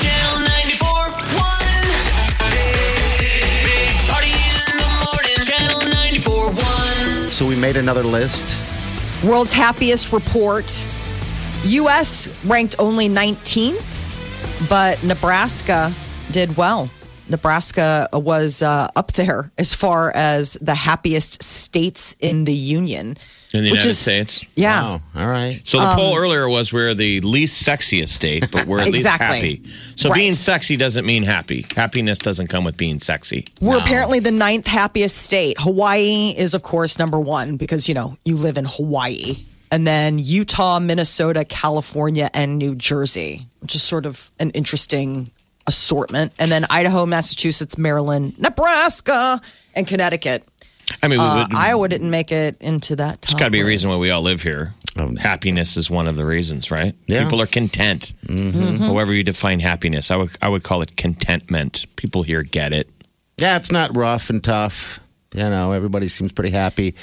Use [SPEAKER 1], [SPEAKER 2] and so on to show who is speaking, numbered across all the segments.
[SPEAKER 1] Channel 94.1. Big party in the morning. Channel 94.1.
[SPEAKER 2] So we made another list.
[SPEAKER 3] World's happiest report. U.S. ranked only 19th, but Nebraska did well. Nebraska was uh, up there as far as the happiest states in the union.
[SPEAKER 4] In the
[SPEAKER 3] which
[SPEAKER 4] United
[SPEAKER 3] is-
[SPEAKER 4] States.
[SPEAKER 3] Yeah.
[SPEAKER 2] Oh, all right.
[SPEAKER 4] So the
[SPEAKER 3] Um,
[SPEAKER 4] poll earlier was we're the least sexiest state, but we're at
[SPEAKER 3] Exactly.
[SPEAKER 4] least happy. So
[SPEAKER 3] Right.
[SPEAKER 4] being sexy doesn't mean happy. Happiness doesn't come with being sexy.
[SPEAKER 3] We're apparently the ninth happiest state. Hawaii is, of course, number one because, you know, you live in Hawaii. And then Utah, Minnesota, California, and New Jersey, which is sort of an interesting assortment. And then Idaho, Massachusetts, Maryland, Nebraska, and Connecticut.
[SPEAKER 4] I mean, we
[SPEAKER 3] Uh,
[SPEAKER 4] would,
[SPEAKER 3] Iowa didn't make it into that.
[SPEAKER 4] there's got to be a reason why we all live here. happiness is one of the reasons, right?
[SPEAKER 2] Oh. Yeah.
[SPEAKER 4] People are content.
[SPEAKER 3] Mm-hmm.
[SPEAKER 4] However you define happiness, I would I would call it contentment. People here get it.
[SPEAKER 2] Yeah, it's not rough and tough. You know, everybody seems pretty happy.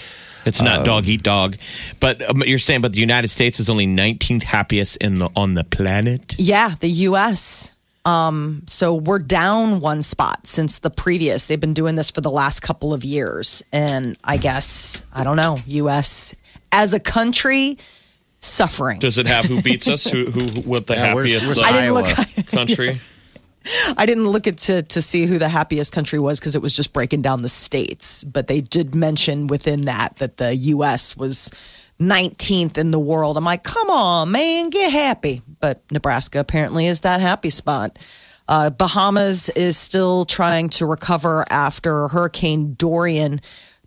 [SPEAKER 4] It's not
[SPEAKER 2] Oh.
[SPEAKER 4] dog eat dog, but um, you're saying, but the United States is only 19th happiest in the on the planet.
[SPEAKER 3] Yeah, the U.S. Um, so we're down one spot since the previous. They've been doing this for the last couple of years, and I guess I don't know. U.S. as a country suffering.
[SPEAKER 4] Does it have who beats us? Who who with the
[SPEAKER 2] Yeah, where's-
[SPEAKER 4] happiest
[SPEAKER 2] where's
[SPEAKER 4] uh,
[SPEAKER 3] I
[SPEAKER 2] Iowa?
[SPEAKER 3] didn't look.
[SPEAKER 4] country?
[SPEAKER 3] I didn't look at to to see who the happiest country was because it was just breaking down the states. But they did mention within that that the U.S. was 19th in the world. I'm like, come on, man, get happy. But Nebraska apparently is that happy spot. Uh, Bahamas is still trying to recover after Hurricane Dorian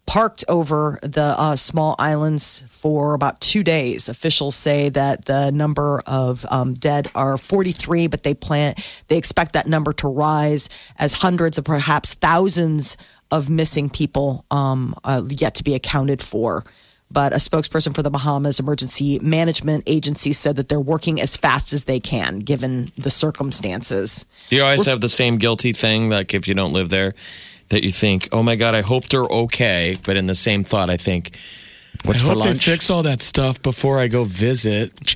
[SPEAKER 3] parked over the uh, small islands for about two days. Officials say that the number of um, dead are 43, but they plan they expect that number to rise as hundreds of perhaps thousands of missing people um, uh, yet to be accounted for. But a spokesperson for the Bahamas Emergency Management Agency said that they're working as fast as they can given the circumstances.
[SPEAKER 4] Do you always have the same guilty thing? Like if you don't live there, that you think, oh my God, I hope they're okay. But in the same thought, I think,
[SPEAKER 2] What's
[SPEAKER 4] I
[SPEAKER 2] for
[SPEAKER 4] hope
[SPEAKER 2] lunch?
[SPEAKER 4] they fix all that stuff before I go visit.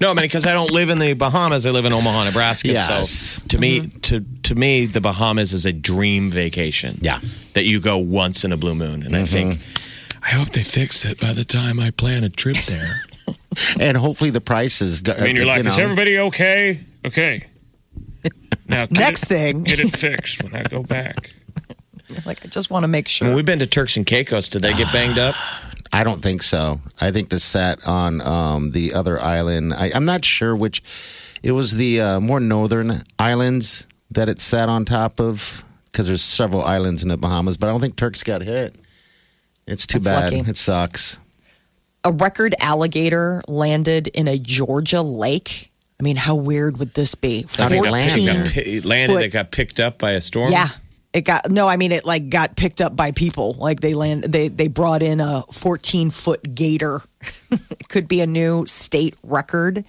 [SPEAKER 4] no, I mean, because I don't live in the Bahamas. I live in Omaha, Nebraska.
[SPEAKER 2] Yes. Mm-hmm.
[SPEAKER 4] So to me, to, to me, the Bahamas is a dream vacation.
[SPEAKER 2] Yeah. Mm-hmm.
[SPEAKER 4] That you go once in a blue moon. And I think, I hope they fix it by the time I plan a trip there.
[SPEAKER 2] and hopefully the price is.
[SPEAKER 5] I mean, you're like, is everybody okay? Okay. Now, get
[SPEAKER 3] Next
[SPEAKER 5] it,
[SPEAKER 3] thing,
[SPEAKER 5] get it fixed when I go back.
[SPEAKER 3] like I just want to make sure.
[SPEAKER 4] When we've been to Turks and Caicos, did they
[SPEAKER 5] Ah.
[SPEAKER 4] get banged up?
[SPEAKER 2] I don't think so. I think the set on um, the other island. I, I'm not sure which. It was the uh, more northern islands that it sat on top of because there's several islands in the Bahamas, but I don't think Turks got hit. It's too
[SPEAKER 3] That's
[SPEAKER 2] bad.
[SPEAKER 3] lucky.
[SPEAKER 2] It sucks.
[SPEAKER 3] a record alligator landed in a Georgia lake. I mean, how weird would this be?
[SPEAKER 2] How did it land?
[SPEAKER 4] It
[SPEAKER 3] 14
[SPEAKER 4] got pi- it landed,
[SPEAKER 3] foot-
[SPEAKER 4] it got picked up by a storm.
[SPEAKER 3] Yeah. It got no, I mean it like got picked up by people. Like they land they they brought in a 14 foot gator. it could be a new state record.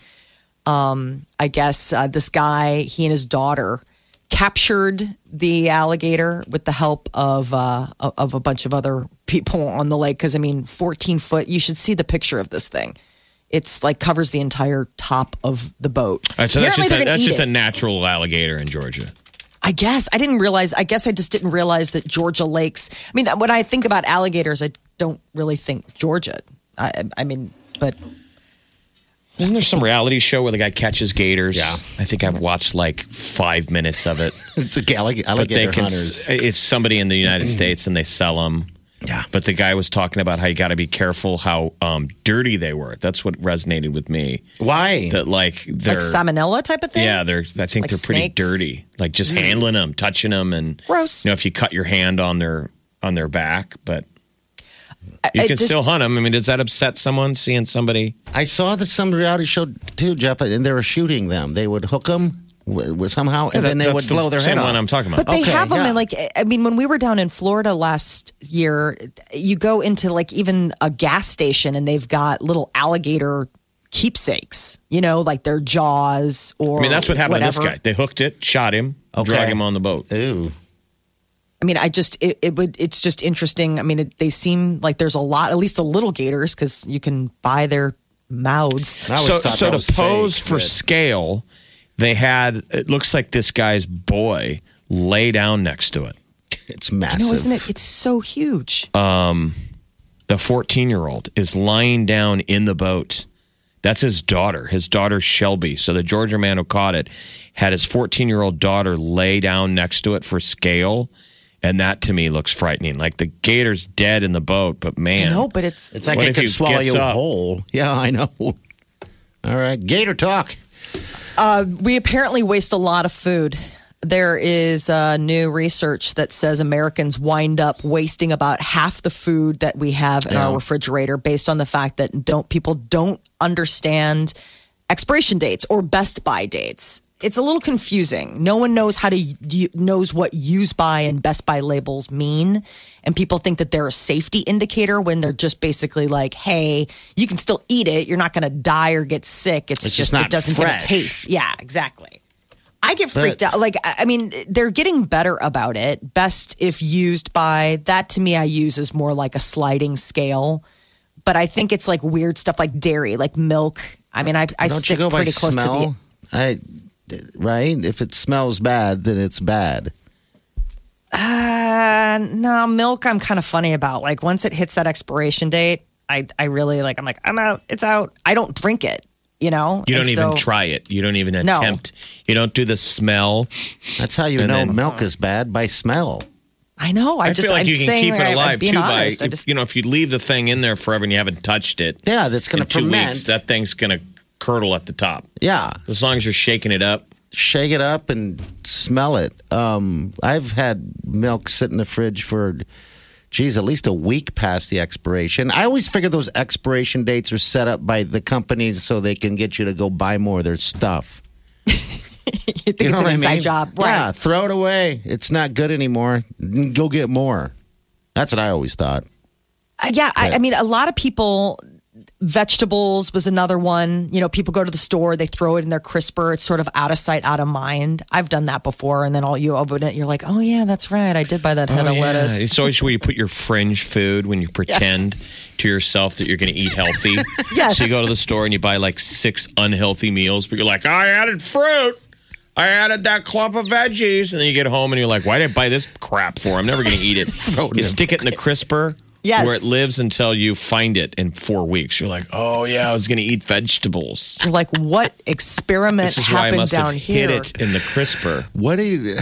[SPEAKER 3] Um, I guess uh, this guy, he and his daughter captured the alligator with the help of uh, of a bunch of other people on the lake cuz I mean 14 foot, you should see the picture of this thing. It's like covers the entire top of the boat.
[SPEAKER 4] All right, so that's
[SPEAKER 3] Apparently
[SPEAKER 4] just,
[SPEAKER 3] they're
[SPEAKER 4] a,
[SPEAKER 3] gonna
[SPEAKER 4] that's
[SPEAKER 3] eat
[SPEAKER 4] just
[SPEAKER 3] it.
[SPEAKER 4] a natural alligator in Georgia.
[SPEAKER 3] I guess I didn't realize. I guess I just didn't realize that Georgia lakes. I mean, when I think about alligators, I don't really think Georgia. I, I mean, but
[SPEAKER 4] Isn't there some reality show where the guy catches gators?
[SPEAKER 2] Yeah.
[SPEAKER 4] I think I've watched like five minutes of it.
[SPEAKER 2] It's the allig-
[SPEAKER 4] But they
[SPEAKER 2] alligator
[SPEAKER 4] can,
[SPEAKER 2] hunters.
[SPEAKER 4] it's somebody in the United States and they sell them.
[SPEAKER 2] Yeah.
[SPEAKER 4] But the guy was talking about how you got to be careful how um, dirty they were. That's what resonated with me.
[SPEAKER 2] Why?
[SPEAKER 4] That like they're
[SPEAKER 3] like salmonella type of thing.
[SPEAKER 4] yeah they're I think
[SPEAKER 3] Like
[SPEAKER 4] they're pretty
[SPEAKER 3] snakes?
[SPEAKER 4] dirty. Like
[SPEAKER 2] Hmm.
[SPEAKER 4] just handling them, touching them, and
[SPEAKER 3] Gross.
[SPEAKER 4] You know if you cut your hand on their on their back, but You
[SPEAKER 3] I
[SPEAKER 4] can
[SPEAKER 3] just-
[SPEAKER 4] still hunt them. I mean, does that upset someone seeing somebody?
[SPEAKER 2] I saw that some reality show too, Jeff, and they were shooting them. They would hook them w- w- somehow, and then they
[SPEAKER 4] That-
[SPEAKER 2] would
[SPEAKER 4] that's the
[SPEAKER 2] blow their
[SPEAKER 4] same
[SPEAKER 2] head off.
[SPEAKER 4] one I'm talking about.
[SPEAKER 3] But they
[SPEAKER 2] Okay,
[SPEAKER 3] have them
[SPEAKER 2] yeah.
[SPEAKER 3] in like I mean when we were down in Florida last year, you go into like even a gas station and they've got little alligator keepsakes, you know, like their jaws or
[SPEAKER 4] I mean, that's what happened to
[SPEAKER 3] whatever.
[SPEAKER 4] this guy. They hooked it, shot him,
[SPEAKER 2] Okay.
[SPEAKER 4] dragged him on the boat.
[SPEAKER 2] Ooh,
[SPEAKER 3] I mean, I just it, it would it's just interesting. I mean, it, they seem like there's a lot at least the little gators cuz you can buy their mouths.
[SPEAKER 2] I always
[SPEAKER 4] so,
[SPEAKER 2] thought
[SPEAKER 4] so
[SPEAKER 2] that
[SPEAKER 4] to
[SPEAKER 2] was
[SPEAKER 4] pose
[SPEAKER 2] fake,
[SPEAKER 4] for
[SPEAKER 2] but-
[SPEAKER 4] scale, they had it looks like this guy's boy lay down next to it.
[SPEAKER 2] it's
[SPEAKER 3] I
[SPEAKER 2] massive.
[SPEAKER 3] know, isn't it? It's so huge.
[SPEAKER 4] The 14 year old is lying down in the boat. That's his daughter, his daughter Shelby. So the Georgia man who caught it had his 14 year old daughter lay down next to it for scale. And that to me looks frightening. Like the gator's dead in the boat, but man.
[SPEAKER 3] I know, but it's
[SPEAKER 2] It's like
[SPEAKER 4] What
[SPEAKER 2] it
[SPEAKER 4] if
[SPEAKER 2] could
[SPEAKER 4] he
[SPEAKER 2] swallow
[SPEAKER 4] gets
[SPEAKER 2] you
[SPEAKER 4] up?
[SPEAKER 2] whole. Yeah, I know. All right, Gator talk.
[SPEAKER 3] we apparently waste a lot of food. There is uh, new research that says Americans wind up wasting about half the food that we have in our
[SPEAKER 2] Yeah.
[SPEAKER 3] refrigerator, based on the fact that don't people don't understand expiration dates or best by dates. It's a little confusing. No one knows how to u- knows what use by and best by labels mean, and people think that they're a safety indicator when they're just basically like, "Hey, you can still eat it. You're not going to die or get sick. It's,
[SPEAKER 2] It's
[SPEAKER 3] just,
[SPEAKER 2] just
[SPEAKER 3] it
[SPEAKER 2] not
[SPEAKER 3] doesn't get a
[SPEAKER 2] fresh.
[SPEAKER 3] taste." Yeah, exactly. I get freaked
[SPEAKER 2] But-
[SPEAKER 3] out. Like, I I mean, they're getting better about it. Best if used by that to me, I use is more like a sliding scale. But I think it's like weird stuff like dairy, like milk. I mean, I, I
[SPEAKER 2] Don't
[SPEAKER 3] stick
[SPEAKER 2] you go by
[SPEAKER 3] pretty close to the.
[SPEAKER 2] smell? I right. If it smells bad, then it's bad.
[SPEAKER 3] Uh, no, milk I'm kind of funny about. Like, once it hits that expiration date, I, I really like, I'm like, I'm out. It's out. I don't drink it, you know?
[SPEAKER 4] You don't
[SPEAKER 3] And
[SPEAKER 4] even
[SPEAKER 3] so-
[SPEAKER 4] try it. You don't even
[SPEAKER 3] No.
[SPEAKER 4] attempt. You don't do the smell.
[SPEAKER 2] That's how you
[SPEAKER 4] And
[SPEAKER 2] know
[SPEAKER 4] then-
[SPEAKER 2] milk is bad by smell.
[SPEAKER 3] I know. I,
[SPEAKER 4] I
[SPEAKER 3] just
[SPEAKER 4] feel like
[SPEAKER 3] I'm
[SPEAKER 4] you can
[SPEAKER 3] saying,
[SPEAKER 4] keep
[SPEAKER 3] I-
[SPEAKER 4] it
[SPEAKER 3] I'm
[SPEAKER 4] alive
[SPEAKER 3] being
[SPEAKER 4] too
[SPEAKER 3] honest.
[SPEAKER 4] by
[SPEAKER 3] I just,
[SPEAKER 4] you know if you leave the thing in there forever and you haven't touched it.
[SPEAKER 2] Yeah, that's going
[SPEAKER 4] in
[SPEAKER 2] to
[SPEAKER 4] two
[SPEAKER 2] ferment.
[SPEAKER 4] weeks that thing's gonna curdle at the top.
[SPEAKER 2] yeah,
[SPEAKER 4] As long as you're shaking it up,
[SPEAKER 2] shake it up and smell it. Um, I've had milk sit in the fridge for, geez, at least a week past the expiration. I always figure those expiration dates are set up by the companies so they can get you to go buy more of their stuff.
[SPEAKER 3] you think
[SPEAKER 2] you know
[SPEAKER 3] it's an
[SPEAKER 2] what I
[SPEAKER 3] inside
[SPEAKER 2] mean?
[SPEAKER 3] job. Right.
[SPEAKER 2] Yeah, throw it away. It's not good anymore. Go get more. That's what I always thought.
[SPEAKER 3] Uh, yeah, I, I mean, a lot of people. Vegetables was another one. You know, people go to the store, they throw it in their crisper. It's sort of out of sight, out of mind. I've done that before, and then all you open it, you're like, "Oh yeah, that's right, I did buy that head of lettuce."
[SPEAKER 4] Oh, It's always where you put your fringe food when you pretend to yourself that you're going to eat healthy.
[SPEAKER 3] Yes.
[SPEAKER 4] So you go to the store and you buy like six unhealthy meals, but you're like, I added fruit. I added that clump of veggies. And then you get home and you're like, why did I buy this crap for? I'm never going to eat it. you stick it in the crisper
[SPEAKER 3] Yes.
[SPEAKER 4] where it lives until you find it in four weeks. You're like, oh, yeah, I was going to eat vegetables.
[SPEAKER 3] You're like, "What experiment
[SPEAKER 4] This is why I
[SPEAKER 3] happened
[SPEAKER 4] must
[SPEAKER 3] down
[SPEAKER 4] have
[SPEAKER 3] here?"
[SPEAKER 4] hid it in the crisper.
[SPEAKER 2] What do you,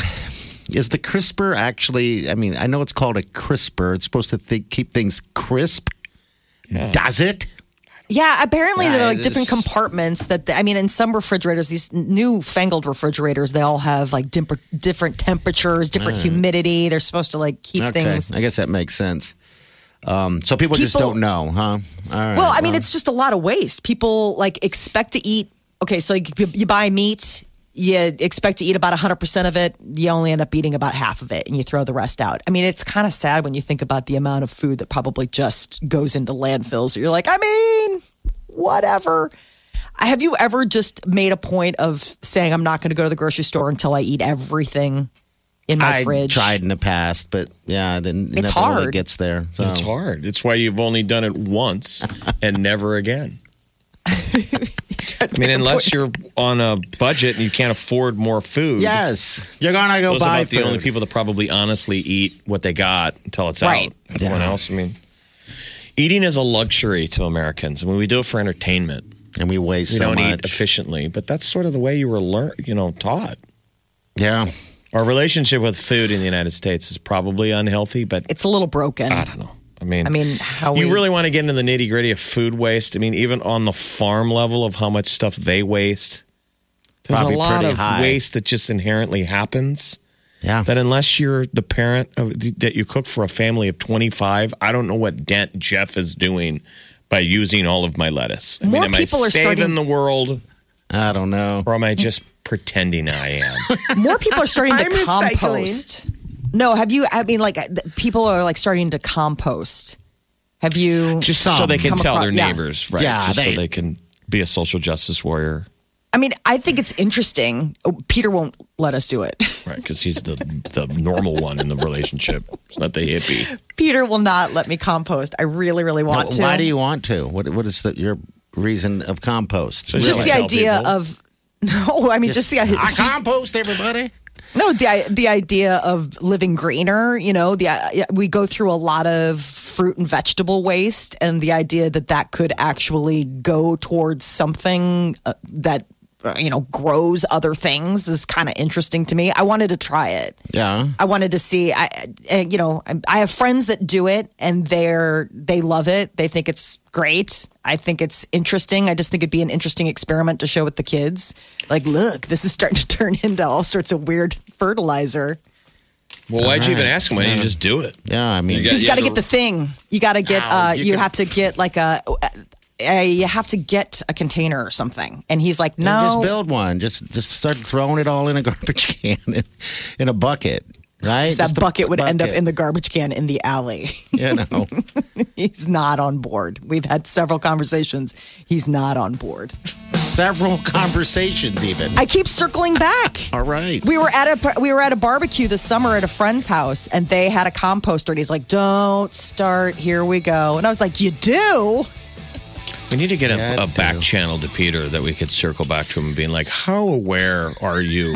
[SPEAKER 2] is the crisper actually? I mean, I know it's called a crisper. It's supposed to thi- keep things crisp. Does it?
[SPEAKER 3] Yeah, apparently
[SPEAKER 2] Yeah,
[SPEAKER 3] there are like
[SPEAKER 2] it
[SPEAKER 3] different
[SPEAKER 2] is-
[SPEAKER 3] compartments that the, I mean, in some refrigerators, these new fangled refrigerators, they all have like dimper, different temperatures, different
[SPEAKER 4] Mm.
[SPEAKER 3] humidity. They're supposed to like keep
[SPEAKER 2] Okay,
[SPEAKER 3] things
[SPEAKER 2] I guess that makes sense. Um, so people, just
[SPEAKER 3] People-
[SPEAKER 2] don't know, huh? All right.
[SPEAKER 3] Well, I mean, it's just a lot of waste. People like expect to eat. Okay, so like, you, you buy meat, you expect to eat about 100% of it. You only end up eating about half of it and you throw the rest out. I mean, it's kind of sad when you think about the amount of food that probably just goes into landfills. You're like, I mean, whatever. Have you ever just made a point of saying, I'm not going to go to the grocery store until I eat everything in my
[SPEAKER 2] I
[SPEAKER 3] fridge?
[SPEAKER 2] tried in the past, but yeah, I didn't.
[SPEAKER 3] It's
[SPEAKER 2] nothing really
[SPEAKER 3] hard.
[SPEAKER 2] gets there. So.
[SPEAKER 4] It's hard. It's why you've only done it once and never again. I mean, unless you're on a budget and you can't afford more food.
[SPEAKER 2] Yes, you're gonna go
[SPEAKER 4] Those are
[SPEAKER 2] buy
[SPEAKER 4] about the
[SPEAKER 2] food.
[SPEAKER 4] only people that probably honestly eat what they got until it's
[SPEAKER 3] Right.
[SPEAKER 4] out. Everyone else, I mean, eating is a luxury to Americans. I mean, we do it for entertainment.
[SPEAKER 2] and we waste
[SPEAKER 4] We
[SPEAKER 2] so
[SPEAKER 4] don't
[SPEAKER 2] much.
[SPEAKER 4] eat efficiently, but that's sort of the way you were learned, you know, taught.
[SPEAKER 2] yeah,
[SPEAKER 4] Our relationship with food in the United States is probably unhealthy, but
[SPEAKER 3] It's a little broken.
[SPEAKER 4] I don't know. I mean,
[SPEAKER 3] I mean, how
[SPEAKER 4] you
[SPEAKER 3] we-
[SPEAKER 4] really want to get into the nitty gritty of food waste. I mean, even on the farm level of how much stuff they waste, there's
[SPEAKER 2] Probably
[SPEAKER 4] a lot
[SPEAKER 2] pretty
[SPEAKER 4] of
[SPEAKER 2] high.
[SPEAKER 4] waste that just inherently happens.
[SPEAKER 2] Yeah.
[SPEAKER 4] that unless you're the parent of, that you cook for a family of 25, I don't know what dent Jeff is doing by using all of my lettuce. I
[SPEAKER 3] More
[SPEAKER 4] am
[SPEAKER 3] people
[SPEAKER 4] I
[SPEAKER 3] are
[SPEAKER 4] saving
[SPEAKER 3] starting-
[SPEAKER 4] the world,
[SPEAKER 2] I don't know.
[SPEAKER 4] or am I just pretending I am?
[SPEAKER 3] More people are starting to
[SPEAKER 6] I'm recycling.
[SPEAKER 3] compost. No, have you? I mean, like uh, th- people are like starting to compost. Have you?
[SPEAKER 4] just so they can
[SPEAKER 3] Come
[SPEAKER 4] tell
[SPEAKER 3] across-
[SPEAKER 4] their
[SPEAKER 3] yeah.
[SPEAKER 4] neighbors, right?
[SPEAKER 2] Yeah,
[SPEAKER 4] just so
[SPEAKER 2] they-
[SPEAKER 4] they can be a social justice warrior,
[SPEAKER 3] I mean, I think it's interesting. Oh, Peter won't let us do it.
[SPEAKER 4] right? Because he's the the normal one in the relationship. It's not the hippie.
[SPEAKER 3] Peter will not let me compost. I really, really
[SPEAKER 2] No,
[SPEAKER 3] want to.
[SPEAKER 2] Why do you want to? What What is the, your reason of compost?
[SPEAKER 4] So
[SPEAKER 3] just the
[SPEAKER 4] really tell
[SPEAKER 3] idea
[SPEAKER 4] people.
[SPEAKER 3] of no. I mean, just the idea.
[SPEAKER 2] I compost everybody.
[SPEAKER 3] No, the the idea of living greener. You know, the we go through a lot of fruit and vegetable waste, and the idea that that could actually go towards something uh, that uh, you know grows other things is kind of interesting to me. I wanted to try it.
[SPEAKER 2] Yeah.
[SPEAKER 3] I wanted to see. I, I you know, I, I have friends that do it, and they're they love it. They think it's great. I think it's interesting. I just think it'd be an interesting experiment to show with the kids. Like, look, this is starting to turn into all sorts of weird fertilizer.
[SPEAKER 4] Well, why'd you even
[SPEAKER 2] right.
[SPEAKER 4] ask him? Why didn't you just do it?
[SPEAKER 2] Yeah. I mean,
[SPEAKER 4] You got-
[SPEAKER 3] You
[SPEAKER 4] yeah,
[SPEAKER 3] got to
[SPEAKER 4] the-
[SPEAKER 3] get the thing. You got to get.
[SPEAKER 2] Ow,
[SPEAKER 3] uh,
[SPEAKER 2] you
[SPEAKER 3] you
[SPEAKER 2] can-
[SPEAKER 3] have to get like a. Uh, you have to get a container or something. And he's like,
[SPEAKER 2] you just
[SPEAKER 3] no.
[SPEAKER 2] build one. Just just start throwing it all in a garbage can in, in a bucket. Right.
[SPEAKER 3] that
[SPEAKER 2] Just a
[SPEAKER 3] bucket would end up in
[SPEAKER 2] bucket,
[SPEAKER 3] the garbage can in the alley.
[SPEAKER 2] You know.
[SPEAKER 3] He's not on board. We've had several conversations. He's not on board.
[SPEAKER 2] several conversations even.
[SPEAKER 3] I keep circling back.
[SPEAKER 2] All right.
[SPEAKER 3] We were at a we were at a barbecue this summer at a friend's house, and they had a composter. And he's like, "Don't start. Here we go." And I was like, "You do?
[SPEAKER 4] We need to get
[SPEAKER 2] Yeah,
[SPEAKER 4] a, a
[SPEAKER 2] too.
[SPEAKER 4] back channel to Peter that we could circle back to him and being like, how aware are you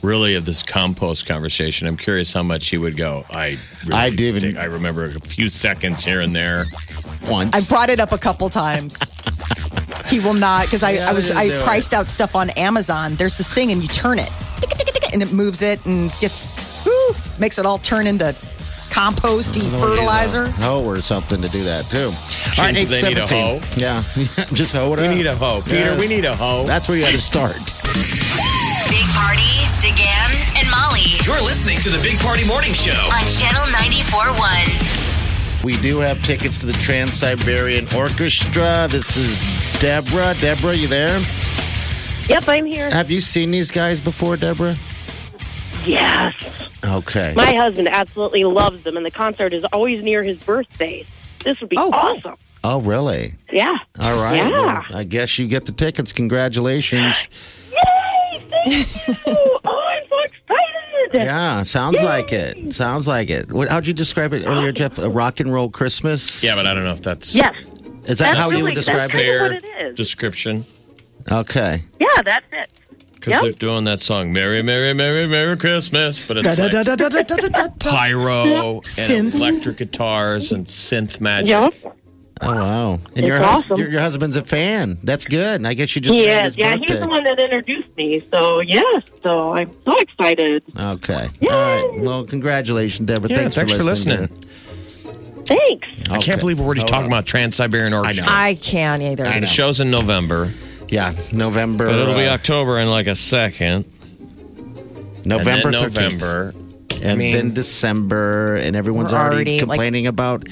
[SPEAKER 4] really of this compost conversation? I'm curious how much he would go. I really
[SPEAKER 2] I didn't.
[SPEAKER 4] think- I remember a few seconds here and there.
[SPEAKER 2] once.
[SPEAKER 3] I brought it up a couple times." he will not because I,
[SPEAKER 2] Yeah,
[SPEAKER 3] I was
[SPEAKER 2] we
[SPEAKER 3] I
[SPEAKER 2] didn't do
[SPEAKER 3] priced out stuff on Amazon. There's this thing, and you turn it, tick, tick, tick, tick, and it moves it and gets woo, makes it all turn into composty fertilizer.
[SPEAKER 2] hoe or something to do that too. All right,
[SPEAKER 4] Shouldn't they need a
[SPEAKER 2] 817.
[SPEAKER 4] hoe?
[SPEAKER 2] Yeah, just hoe it
[SPEAKER 4] We
[SPEAKER 2] up.
[SPEAKER 4] need a hoe. Peter, we need a hoe.
[SPEAKER 2] That's where you got to start.
[SPEAKER 7] Big Party, DeGan, and Molly
[SPEAKER 1] You're listening to the Big Party Morning Show.
[SPEAKER 7] on Channel 94.1.
[SPEAKER 2] We do have tickets to the Trans Siberian Orchestra. This is Deborah. Deborah, you there?
[SPEAKER 8] Yep, I'm here.
[SPEAKER 2] Have you seen these guys before, Deborah?
[SPEAKER 8] Yes.
[SPEAKER 2] Okay.
[SPEAKER 8] My husband absolutely loves them, and the concert is always near his birthday. This would be
[SPEAKER 3] Oh, cool.
[SPEAKER 8] awesome.
[SPEAKER 2] Oh, really?
[SPEAKER 8] Yeah.
[SPEAKER 2] All right.
[SPEAKER 8] Yeah.
[SPEAKER 2] Well, I guess you get the tickets. Congratulations.
[SPEAKER 8] Yay! Thank you. oh, I'm so excited.
[SPEAKER 2] Yeah, sounds like it. Sounds like it. What, how'd you describe it earlier, Jeff? A rock and roll Christmas?
[SPEAKER 4] Yeah, but I don't know if that's
[SPEAKER 8] Yes.
[SPEAKER 2] Is that how you
[SPEAKER 8] Absolutely,
[SPEAKER 2] would describe
[SPEAKER 8] that's
[SPEAKER 2] it?
[SPEAKER 4] fair
[SPEAKER 8] That's what it is.
[SPEAKER 4] description.
[SPEAKER 2] Okay.
[SPEAKER 8] Yeah, that's it.
[SPEAKER 4] Because
[SPEAKER 8] Yep.
[SPEAKER 4] they're doing that song, Merry, Merry, Merry, Merry Christmas. But it's
[SPEAKER 3] Da, da,
[SPEAKER 4] like
[SPEAKER 3] da, da, da, da, da, da, da.
[SPEAKER 4] pyro and
[SPEAKER 3] Synth.
[SPEAKER 4] electric guitars and synth magic.
[SPEAKER 8] Yep.
[SPEAKER 2] Oh wow! And
[SPEAKER 8] It's
[SPEAKER 2] your, hus-
[SPEAKER 8] awesome.
[SPEAKER 2] your your husband's a fan. That's good. I guess you just
[SPEAKER 8] He
[SPEAKER 2] made
[SPEAKER 8] is.
[SPEAKER 2] his
[SPEAKER 8] Yeah,
[SPEAKER 2] birthday.
[SPEAKER 8] he's the one that introduced me. So, yes. So, I'm so excited.
[SPEAKER 2] Okay. All right. Well, congratulations, Deborah.
[SPEAKER 4] Yeah,
[SPEAKER 2] thanks,
[SPEAKER 4] thanks
[SPEAKER 2] for
[SPEAKER 4] for
[SPEAKER 2] listening.
[SPEAKER 8] Thanks.
[SPEAKER 4] I
[SPEAKER 2] Okay.
[SPEAKER 4] can't believe we're already
[SPEAKER 2] Hold
[SPEAKER 4] talking
[SPEAKER 2] on.
[SPEAKER 4] about Trans Siberian Orchestra.
[SPEAKER 3] I can't either.
[SPEAKER 4] The show's in November,
[SPEAKER 2] Yeah, November.
[SPEAKER 4] but it'll be
[SPEAKER 2] uh,
[SPEAKER 4] October in like a second.
[SPEAKER 2] November.
[SPEAKER 4] and then
[SPEAKER 2] 13th.
[SPEAKER 4] November.
[SPEAKER 2] and
[SPEAKER 4] mean-
[SPEAKER 2] then December, and everyone's
[SPEAKER 3] We're
[SPEAKER 2] already,
[SPEAKER 3] already,
[SPEAKER 2] complaining about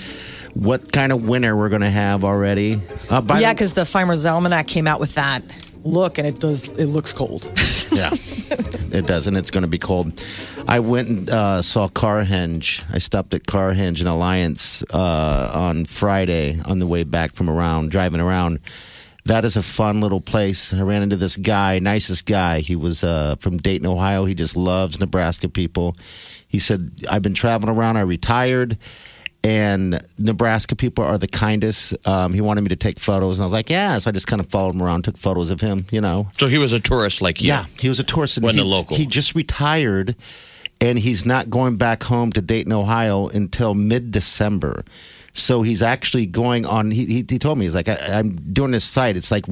[SPEAKER 2] what kind of winter we're going to have already. Uh, by
[SPEAKER 3] yeah,
[SPEAKER 2] the-
[SPEAKER 3] because the Farmer's Almanac came out with that look, and it does. It looks cold.
[SPEAKER 2] yeah, it does, and it's going to be cold. I went and uh, saw Carhenge. I stopped at Carhenge in Alliance uh, on Friday on the way back from around driving around. That is a fun little place. I ran into this guy, nicest guy. He was uh, from Dayton, Ohio. He just loves Nebraska people. He said, "I've been traveling around. I retired." and Nebraska people are the kindest. Um, he wanted me to take photos, and I was like, "Yeah." So I just kind of followed him around, took photos of him. You know,
[SPEAKER 4] So he was a tourist like you.
[SPEAKER 2] yeah, he was a tourist. and
[SPEAKER 4] Wasn't
[SPEAKER 2] he,
[SPEAKER 4] a local.
[SPEAKER 2] He just retired, and he's not going back home to Dayton, Ohio, until mid-December. So he's actually going on. He, he, he told me he's like, I, I'm doing this site. It's like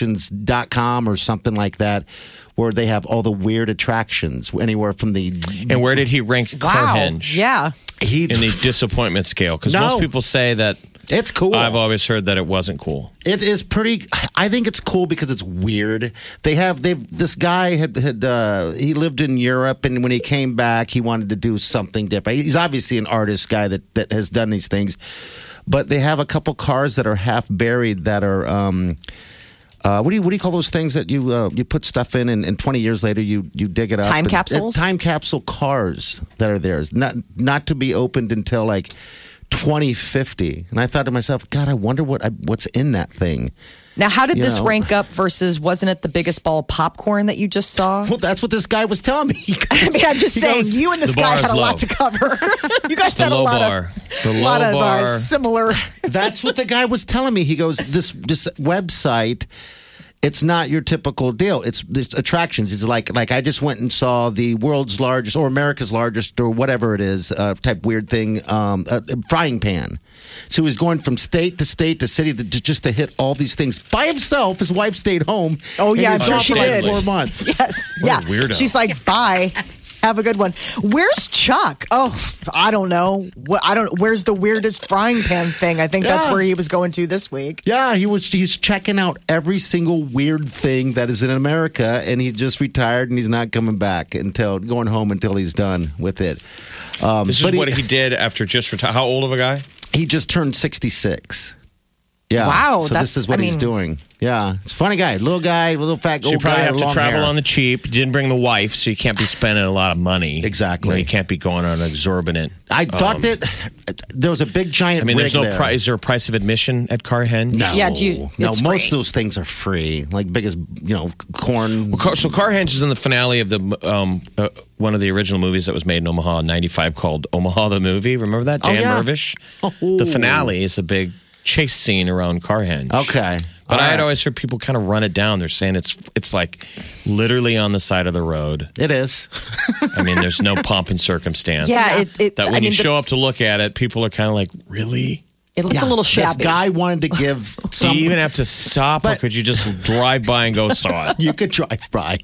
[SPEAKER 2] roadattractions.com or something like that, where they have all the weird attractions anywhere from the
[SPEAKER 4] And where did he rank
[SPEAKER 3] Wow.
[SPEAKER 4] Carhenge
[SPEAKER 3] Yeah.
[SPEAKER 2] he
[SPEAKER 4] in the disappointment scale? Because
[SPEAKER 2] No.
[SPEAKER 4] most people say that
[SPEAKER 2] It's cool.
[SPEAKER 4] I've always heard that it wasn't cool.
[SPEAKER 2] It is pretty. I think it's cool because it's weird. They have they have this guy had had uh, he lived in Europe and when he came back he wanted to do something different. He's obviously an artist guy that that has done these things, but they have a couple cars that are half buried that are. Um, uh, what do you what do you call those things that you uh, you put stuff in and, and twenty years later you you dig it up? And-
[SPEAKER 3] Time
[SPEAKER 2] uh,
[SPEAKER 3] capsules?
[SPEAKER 2] time capsule cars that are theirs, not not to be opened until like 2050. And I thought to myself, God, I wonder what I, what's in that thing.
[SPEAKER 3] Now, how did
[SPEAKER 2] You
[SPEAKER 3] this
[SPEAKER 2] know.
[SPEAKER 3] rank up versus wasn't it the biggest ball of popcorn that you just saw?
[SPEAKER 2] Well, that's what this guy was telling me. He goes-
[SPEAKER 3] I mean, I'm just
[SPEAKER 2] he
[SPEAKER 3] saying,
[SPEAKER 2] goes,
[SPEAKER 3] you and this
[SPEAKER 4] the
[SPEAKER 3] guy
[SPEAKER 4] bar
[SPEAKER 3] had
[SPEAKER 4] is
[SPEAKER 3] a lot
[SPEAKER 4] low.
[SPEAKER 3] to cover. you guys
[SPEAKER 4] The
[SPEAKER 3] had a
[SPEAKER 4] low
[SPEAKER 3] lot
[SPEAKER 4] bar.
[SPEAKER 3] of,
[SPEAKER 4] the low
[SPEAKER 3] lot of
[SPEAKER 4] bar.
[SPEAKER 3] uh, similar.
[SPEAKER 2] That's what the guy was telling me. He goes, this this website. It's not your typical deal. It's, it's attractions. It's like like I just went and saw the world's largest or America's largest or whatever it is uh, type weird thing um, a, a frying pan. So he was going from state to state to city to, to- just to hit all these things by himself. His wife stayed home.
[SPEAKER 3] Oh,
[SPEAKER 2] and
[SPEAKER 3] yeah,
[SPEAKER 2] he
[SPEAKER 3] I'm
[SPEAKER 2] was
[SPEAKER 4] sure
[SPEAKER 2] off
[SPEAKER 4] she
[SPEAKER 2] for like
[SPEAKER 4] did.
[SPEAKER 2] four months.
[SPEAKER 3] Yes.
[SPEAKER 4] What
[SPEAKER 3] yeah.
[SPEAKER 4] a weirdo.
[SPEAKER 3] She's like, bye. Have a good one. Where's Chuck? Oh, I don't know. What I don't. Where's the weirdest frying pan thing? I think that's
[SPEAKER 2] Yeah.
[SPEAKER 3] where he was going to this week.
[SPEAKER 2] Yeah, he was. He's checking out every single weird thing that is in America, and he just retired, and he's not coming back until going home until he's done with it.
[SPEAKER 4] This is
[SPEAKER 2] But he-
[SPEAKER 4] what he did after just retire. How old of a guy?
[SPEAKER 2] He just turned sixty six. Yeah.
[SPEAKER 3] Wow,
[SPEAKER 2] So
[SPEAKER 3] that's-
[SPEAKER 2] this is what
[SPEAKER 3] I
[SPEAKER 2] he's doing.
[SPEAKER 3] mean-
[SPEAKER 2] Yeah, it's a funny guy, little guy, little fat.
[SPEAKER 4] So you
[SPEAKER 2] old
[SPEAKER 4] probably
[SPEAKER 2] guy,
[SPEAKER 4] have to
[SPEAKER 2] long
[SPEAKER 4] travel
[SPEAKER 2] hair.
[SPEAKER 4] on the cheap. You didn't bring the wife, so you can't be spending a lot of money.
[SPEAKER 2] Exactly.
[SPEAKER 4] You, know, you can't be going on an exorbitant.
[SPEAKER 2] I thought that there was a big giant.
[SPEAKER 4] Um, I mean, there's
[SPEAKER 2] rig
[SPEAKER 4] no
[SPEAKER 2] there.
[SPEAKER 4] price. Is there a price of admission at Carhen?
[SPEAKER 2] No.
[SPEAKER 3] Yeah, do you-
[SPEAKER 2] no, most
[SPEAKER 3] it's free.
[SPEAKER 2] of those things are free. Like big as you know, corn.
[SPEAKER 4] Car- so Carhenge is in the finale of the um, uh, one of the original movies that was made in Omaha in '95 called Omaha the Movie. Remember that Dan
[SPEAKER 2] Oh, yeah. Oh.
[SPEAKER 4] Mervish? The finale is a big chase scene around Carhenge.
[SPEAKER 2] Okay.
[SPEAKER 4] But
[SPEAKER 2] All
[SPEAKER 4] I had
[SPEAKER 2] right.
[SPEAKER 4] always heard people kind of run it down. They're saying it's it's like literally on the side of the road.
[SPEAKER 2] It is.
[SPEAKER 4] I mean, there's no pomp and circumstance.
[SPEAKER 3] Yeah. It. it
[SPEAKER 4] That when
[SPEAKER 3] I mean,
[SPEAKER 4] you
[SPEAKER 3] the-
[SPEAKER 4] show up to look at it, people are kind of like, really?
[SPEAKER 3] it looked a little
[SPEAKER 2] This
[SPEAKER 3] shabby.
[SPEAKER 2] guy wanted to give some.
[SPEAKER 4] Do you even have to stop, or
[SPEAKER 2] But-
[SPEAKER 4] could you just drive by and go saw it?
[SPEAKER 2] you could drive by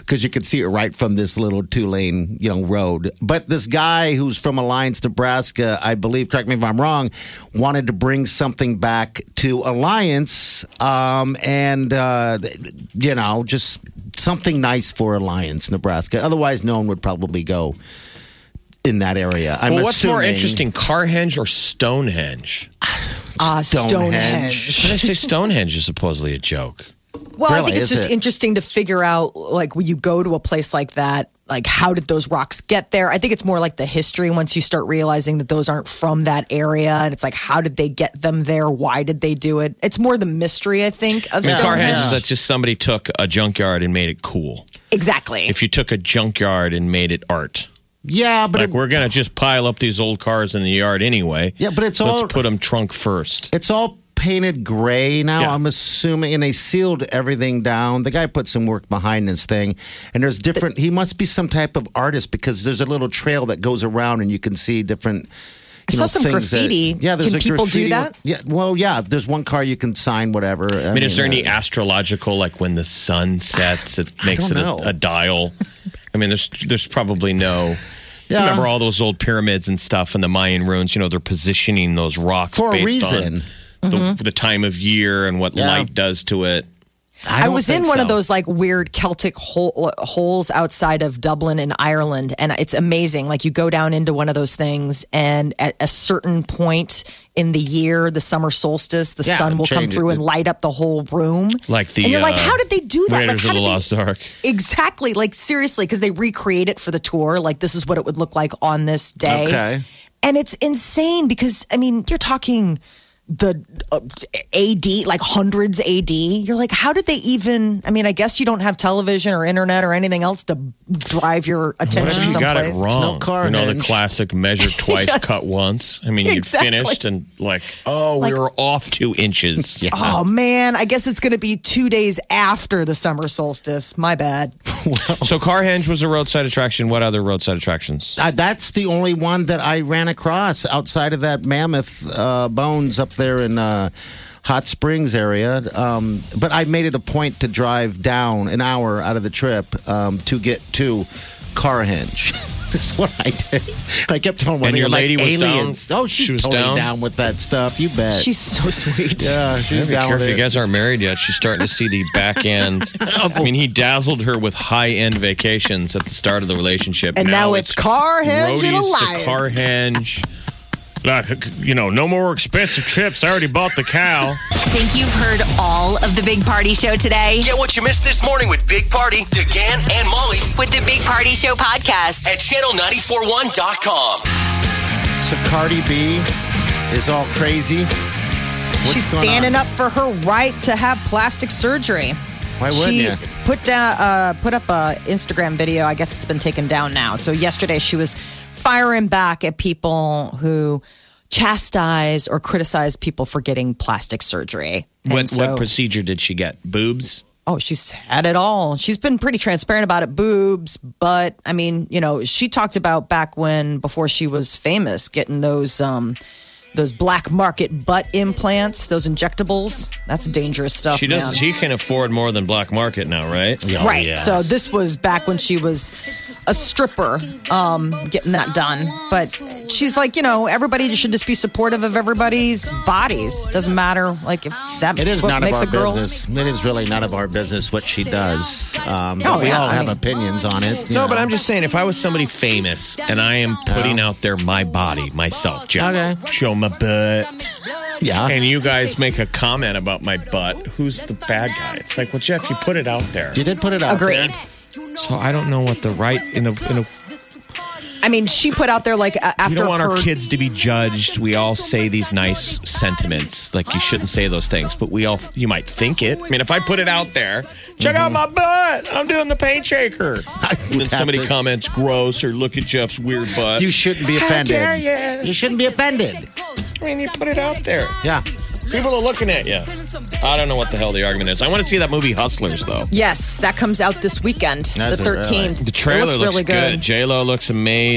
[SPEAKER 2] because you could see it right from this little two lane you know road but this guy who's from alliance nebraska i believe correct me if i'm wrong wanted to bring something back to alliance um, and uh, you know just something nice for alliance nebraska otherwise no one would probably go in that area i'm
[SPEAKER 4] well, what's more
[SPEAKER 2] assuming-
[SPEAKER 4] interesting, Carhenge or Stonehenge?
[SPEAKER 3] Ah,
[SPEAKER 2] Stonehenge.
[SPEAKER 4] Did I say Stonehenge is supposedly a joke?
[SPEAKER 3] Well, I
[SPEAKER 2] Really,
[SPEAKER 3] think it's
[SPEAKER 2] is
[SPEAKER 3] just
[SPEAKER 2] it?
[SPEAKER 3] interesting to figure out, like, when you go to a place like that, like, how did those rocks get there? I think it's more like the history once you start realizing that those aren't from that area. And it's like, how did they get them there? Why did they do it? It's more the mystery, I think, of
[SPEAKER 4] I mean, Carhenge
[SPEAKER 3] Stonehenge.
[SPEAKER 4] is that's just somebody took a junkyard and made it cool.
[SPEAKER 3] Exactly.
[SPEAKER 4] If you took a junkyard and made it art,
[SPEAKER 2] yeah but
[SPEAKER 4] like
[SPEAKER 2] it-
[SPEAKER 4] we're gonna just pile up these old cars in the yard anyway.
[SPEAKER 2] Yeah, but it's
[SPEAKER 4] let's
[SPEAKER 2] all-
[SPEAKER 4] put them trunk first.
[SPEAKER 2] It's all painted gray now,
[SPEAKER 4] Yeah.
[SPEAKER 2] I'm assuming, and they sealed everything down. The guy put some work behind this thing, and there's different, he must be some type of artist because there's a little trail that goes around and you can see different.
[SPEAKER 3] I
[SPEAKER 2] you
[SPEAKER 3] saw
[SPEAKER 2] know,
[SPEAKER 3] some
[SPEAKER 2] things that-
[SPEAKER 3] graffiti.
[SPEAKER 2] yeah, there's
[SPEAKER 3] Can
[SPEAKER 2] a
[SPEAKER 3] people do
[SPEAKER 2] graffiti-
[SPEAKER 3] that?
[SPEAKER 2] Yeah, well, yeah. There's one car you can sign whatever.
[SPEAKER 4] I mean, is there any
[SPEAKER 2] uh,
[SPEAKER 4] astrological like when the sun sets, it makes it
[SPEAKER 2] don't
[SPEAKER 4] a,
[SPEAKER 2] know.
[SPEAKER 4] a dial? I mean, there's there's probably no.
[SPEAKER 2] Yeah.
[SPEAKER 4] Remember all those old pyramids and stuff and the Mayan ruins? You know, they're positioning those rocks
[SPEAKER 2] For a
[SPEAKER 4] based
[SPEAKER 2] reason. Mm-hmm.
[SPEAKER 4] on the, the time of year and what
[SPEAKER 2] Yeah.
[SPEAKER 4] light does to it.
[SPEAKER 2] I,
[SPEAKER 3] I,
[SPEAKER 2] don't
[SPEAKER 3] was in
[SPEAKER 2] think
[SPEAKER 3] one of
[SPEAKER 2] so.
[SPEAKER 3] those like weird Celtic hole, holes outside of Dublin in Ireland, and it's amazing. Like you go down into one of those things, and at a certain point in the year, the summer solstice, the
[SPEAKER 2] Yeah,
[SPEAKER 3] sun will come
[SPEAKER 2] change it.
[SPEAKER 3] through and light up the whole room.
[SPEAKER 4] Like the
[SPEAKER 3] and you're like,
[SPEAKER 4] uh,
[SPEAKER 3] how did they do that?
[SPEAKER 4] Raiders
[SPEAKER 3] like, how
[SPEAKER 4] of the
[SPEAKER 3] did they-
[SPEAKER 4] Lost Ark.
[SPEAKER 3] Exactly. Like seriously, because they recreate it for the tour. Like this is what it would look like on this day.
[SPEAKER 2] Okay.
[SPEAKER 3] And it's insane because I mean you're talking the uh, AD like hundreds AD. You're like, how did they even? I mean, I guess you don't have television or internet or anything else to drive your
[SPEAKER 4] What
[SPEAKER 3] attention
[SPEAKER 4] if you got
[SPEAKER 3] someplace.
[SPEAKER 4] it wrong?
[SPEAKER 2] car
[SPEAKER 4] you know the
[SPEAKER 2] hinge.
[SPEAKER 4] classic measure twice,
[SPEAKER 3] Yes.
[SPEAKER 4] cut once. I mean, you
[SPEAKER 3] Exactly.
[SPEAKER 4] finished and like, oh,
[SPEAKER 3] Like-
[SPEAKER 4] we were off two inches. yeah.
[SPEAKER 3] Oh man, I guess it's going to be two days after the summer solstice. My bad.
[SPEAKER 4] So Carhenge was a roadside attraction. What other roadside attractions?
[SPEAKER 2] Uh, that's the only one that I ran across outside of that mammoth uh, bones up there in uh, Hot Springs area. Um, but I made it a point to drive down an hour out of the trip um, to get to Carhenge. That's what I did. I kept telling women,
[SPEAKER 4] And your
[SPEAKER 2] "You're
[SPEAKER 4] lady
[SPEAKER 2] like
[SPEAKER 4] was down?
[SPEAKER 2] aliens. Oh, she's
[SPEAKER 4] She was
[SPEAKER 2] totally
[SPEAKER 4] down?
[SPEAKER 2] down? with that stuff. You bet.
[SPEAKER 3] She's so sweet.
[SPEAKER 2] yeah,
[SPEAKER 4] Yeah,
[SPEAKER 2] she's
[SPEAKER 4] be
[SPEAKER 2] down
[SPEAKER 4] careful.
[SPEAKER 2] with
[SPEAKER 4] You
[SPEAKER 2] it.
[SPEAKER 4] guys aren't married yet. She's starting to see the back end. I mean, he dazzled her with high end vacations at the start of the relationship.
[SPEAKER 3] And now it's car hinge and
[SPEAKER 4] Roadies
[SPEAKER 3] alliance.
[SPEAKER 4] to car hinge.
[SPEAKER 5] Like, you know, no more expensive trips. I already bought the cow.
[SPEAKER 7] Think you've heard all of the Big Party Show today?
[SPEAKER 1] Get what you missed this morning with Big Party, DeGan, and Molly
[SPEAKER 7] With the Big Party Show podcast.
[SPEAKER 1] at channel941.com.
[SPEAKER 2] So Cardi B is all crazy.
[SPEAKER 3] She's
[SPEAKER 2] going
[SPEAKER 3] standing up for her right to have plastic surgery.
[SPEAKER 2] Why wouldn't
[SPEAKER 3] she
[SPEAKER 2] you?
[SPEAKER 3] put down uh, put up a Instagram video. I guess it's been taken down now. So yesterday she was firing back at people who chastise or criticize people for getting plastic surgery. And
[SPEAKER 4] What
[SPEAKER 3] so-
[SPEAKER 4] what procedure did she get? Boobs.
[SPEAKER 3] oh, she's had it all. She's been pretty transparent about it, boobs, but I mean, you know, she talked about back when before she was famous getting those um those black market butt implants, those injectables. That's dangerous stuff.
[SPEAKER 4] She
[SPEAKER 3] man.
[SPEAKER 4] doesn't. She can afford more than black market now, right?
[SPEAKER 2] Oh,
[SPEAKER 3] Right.
[SPEAKER 2] yes.
[SPEAKER 3] So this was back when she was a stripper, um, getting that done. But she's like, you know, everybody should just be supportive of everybody's bodies. Doesn't matter, like if that
[SPEAKER 2] It is
[SPEAKER 3] what
[SPEAKER 2] none of
[SPEAKER 3] makes
[SPEAKER 2] our
[SPEAKER 3] a girl.
[SPEAKER 2] business. It is really none of our business what she does. Um, but
[SPEAKER 3] Oh,
[SPEAKER 2] we
[SPEAKER 3] yeah,
[SPEAKER 2] all
[SPEAKER 3] I
[SPEAKER 2] have
[SPEAKER 3] mean-
[SPEAKER 2] opinions on it. you
[SPEAKER 4] No, but
[SPEAKER 2] know.
[SPEAKER 4] I'm just saying, if I was somebody famous and I am putting out there my body myself, Jeff,
[SPEAKER 2] Okay.
[SPEAKER 4] show my butt,
[SPEAKER 2] yeah.
[SPEAKER 4] and you guys make a comment about my butt, who's the bad guy? It's like, well, Jeff, you put it out there.
[SPEAKER 2] you did put it out.
[SPEAKER 3] Agreed.
[SPEAKER 2] there.
[SPEAKER 4] So I don't know what the right in a in a.
[SPEAKER 3] I mean, she put out there like a- after
[SPEAKER 4] We don't want
[SPEAKER 3] her
[SPEAKER 4] our kids to be judged. We all say these nice sentiments, like you shouldn't say those things, but we all you might think it. I mean, if I put it out there, check out my butt. I'm doing the paint shaker. And Mm-hmm. then
[SPEAKER 2] would
[SPEAKER 4] somebody
[SPEAKER 2] have to-
[SPEAKER 4] comments gross or look at Jeff's weird butt.
[SPEAKER 2] You shouldn't be
[SPEAKER 4] How
[SPEAKER 2] offended.
[SPEAKER 4] dare you?
[SPEAKER 2] You shouldn't be offended.
[SPEAKER 4] I mean, you put it out there.
[SPEAKER 2] Yeah.
[SPEAKER 4] People are looking at you. I don't know what the hell the argument is. I want to see that movie Hustlers though.
[SPEAKER 3] Yes, that comes out this weekend,
[SPEAKER 2] Does
[SPEAKER 3] the
[SPEAKER 2] it really?
[SPEAKER 3] thirteenth.
[SPEAKER 4] The trailer
[SPEAKER 3] looks,
[SPEAKER 4] looks,
[SPEAKER 3] really
[SPEAKER 4] good.
[SPEAKER 3] good.
[SPEAKER 4] J Lo looks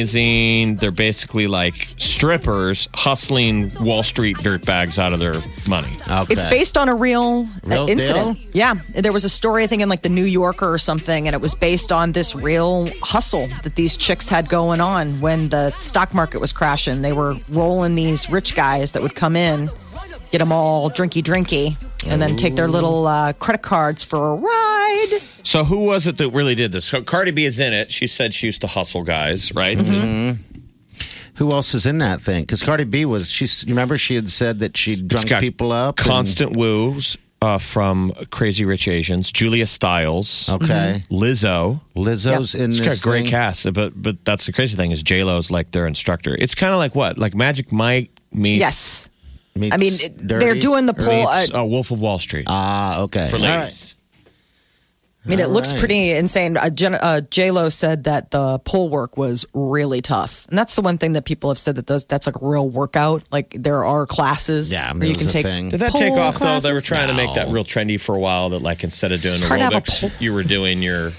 [SPEAKER 4] amazing. They're basically like strippers hustling Wall Street dirtbags out of their money.
[SPEAKER 2] Okay.
[SPEAKER 3] It's based on a real, uh,
[SPEAKER 2] Real
[SPEAKER 3] incident. Yeah, there was a story I think in like the New Yorker or something, and it was based on this real hustle that these chicks had going on when the stock market was crashing. They were rolling these rich guys that would come in, get them all drinky drinky, and then take their little uh, credit cards for a ride.
[SPEAKER 4] So who was it that really did this? So Cardi B is in it. She said she used to hustle guys, right?
[SPEAKER 2] Mm-hmm.
[SPEAKER 4] Mm-hmm.
[SPEAKER 2] Who else is in that thing? Because Cardi B was. She's. You remember she had said that she drunk
[SPEAKER 4] got
[SPEAKER 2] people up. and-
[SPEAKER 4] Constant woos uh, from Crazy Rich Asians, Julia Stiles,
[SPEAKER 2] Oh.
[SPEAKER 3] Mm-hmm.
[SPEAKER 2] okay.
[SPEAKER 4] Lizzo.
[SPEAKER 2] Lizzo's in
[SPEAKER 4] It's
[SPEAKER 2] this.
[SPEAKER 4] got a great
[SPEAKER 2] thing.
[SPEAKER 4] cast, but but that's the crazy thing is J Lo's like their instructor. It's kind of like what, like Magic Mike meets
[SPEAKER 3] Yes,
[SPEAKER 2] Meets
[SPEAKER 3] I mean it- they're
[SPEAKER 2] Dirty.
[SPEAKER 3] doing the poll. Uh,
[SPEAKER 4] meets, uh, Wolf of Wall Street
[SPEAKER 2] Ah, okay.
[SPEAKER 4] for
[SPEAKER 2] All right.
[SPEAKER 4] ladies.
[SPEAKER 3] I mean, it looks
[SPEAKER 2] All right.
[SPEAKER 3] pretty insane. Uh, Jen, uh, J Lo said that the pole work was really tough, and that's the one thing that people have said that those that's like a real workout. Like there are classes
[SPEAKER 2] Yeah, I mean,
[SPEAKER 3] where you
[SPEAKER 2] it
[SPEAKER 3] can
[SPEAKER 2] was a
[SPEAKER 3] take.
[SPEAKER 2] thing.
[SPEAKER 4] Did that
[SPEAKER 3] pole
[SPEAKER 4] take off
[SPEAKER 3] classes?
[SPEAKER 4] though? They were trying to make that
[SPEAKER 2] No.
[SPEAKER 4] real trendy for a while. That like instead of doing
[SPEAKER 3] It's hard to have a
[SPEAKER 4] aerobics,
[SPEAKER 3] pole.
[SPEAKER 4] you were doing your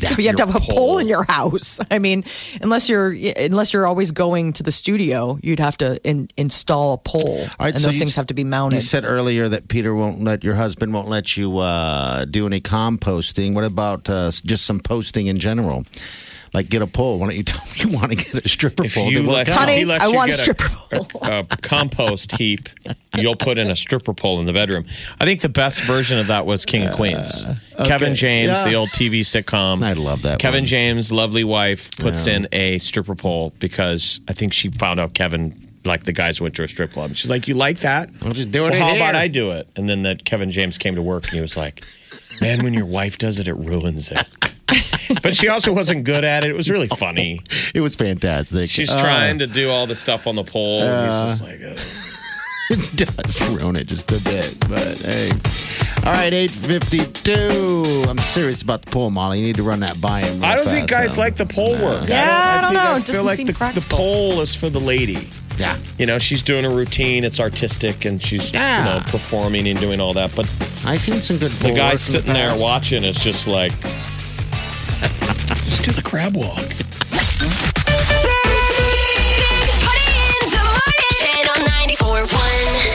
[SPEAKER 3] you have to have a pole.
[SPEAKER 4] pole.
[SPEAKER 3] in your house. I mean, unless you're unless you're always going to the studio, you'd have to in, install a pole,
[SPEAKER 2] All right,
[SPEAKER 3] and
[SPEAKER 2] so
[SPEAKER 3] those
[SPEAKER 2] you
[SPEAKER 3] things
[SPEAKER 2] s-
[SPEAKER 3] have to be
[SPEAKER 2] You
[SPEAKER 3] mounted.
[SPEAKER 2] said earlier that Peter won't let your husband won't let you uh, do any composting. What about uh, s- just some posting in general? Like get a pole. Why don't you tell me you want to get a stripper
[SPEAKER 4] If
[SPEAKER 2] pole?
[SPEAKER 4] you
[SPEAKER 2] Then we'll
[SPEAKER 4] let,
[SPEAKER 2] go.
[SPEAKER 4] if he
[SPEAKER 3] Honey,
[SPEAKER 4] lets
[SPEAKER 3] I
[SPEAKER 4] you
[SPEAKER 3] want
[SPEAKER 4] get
[SPEAKER 3] a stripper pole.
[SPEAKER 4] a, a uh, compost heap, you'll put in a stripper pole in the bedroom. I think the best version of that was King of Queens. Kevin James,
[SPEAKER 2] Uh, Yeah.
[SPEAKER 4] the old TV sitcom.
[SPEAKER 2] I love that
[SPEAKER 4] Kevin
[SPEAKER 2] one.
[SPEAKER 4] James, lovely wife, puts in a stripper pole because I think she found out Kevin. Like the guys went to a strip club. She's like, "You like that?
[SPEAKER 2] I'm just doing
[SPEAKER 4] well,
[SPEAKER 2] it
[SPEAKER 4] how about
[SPEAKER 2] here."
[SPEAKER 4] I do it?" And then that Kevin James came to work and he was like, "Man, when your wife does it, it ruins it." but she also wasn't good at it. It was really funny.
[SPEAKER 2] It was fantastic.
[SPEAKER 4] She's
[SPEAKER 2] Oh. Uh,
[SPEAKER 4] trying to do all the stuff on the pole. and he's just like, uh,
[SPEAKER 2] It does ruin it just a bit, but hey. All right, eight fifty-two. I'm serious about the pole, Molly. You need to run that by him. real
[SPEAKER 4] I don't think
[SPEAKER 2] fast,
[SPEAKER 4] guys
[SPEAKER 2] huh?
[SPEAKER 4] like the pole work.
[SPEAKER 3] Yeah, I don't
[SPEAKER 4] think-
[SPEAKER 3] know.
[SPEAKER 4] I
[SPEAKER 3] It
[SPEAKER 4] feel
[SPEAKER 3] doesn't
[SPEAKER 4] like
[SPEAKER 3] seem
[SPEAKER 4] the, the
[SPEAKER 3] practical.
[SPEAKER 4] pole is for the lady.
[SPEAKER 2] Yeah.
[SPEAKER 4] You know, she's doing a routine. It's artistic, and she's
[SPEAKER 2] Yeah.
[SPEAKER 4] you know performing and doing all that. But
[SPEAKER 2] I seen some good.
[SPEAKER 4] the
[SPEAKER 2] pole
[SPEAKER 4] guy
[SPEAKER 2] work in
[SPEAKER 4] sitting there
[SPEAKER 2] past.
[SPEAKER 4] watching is just like, just do the crab walk.
[SPEAKER 7] Big Party in the morning. Channel 941.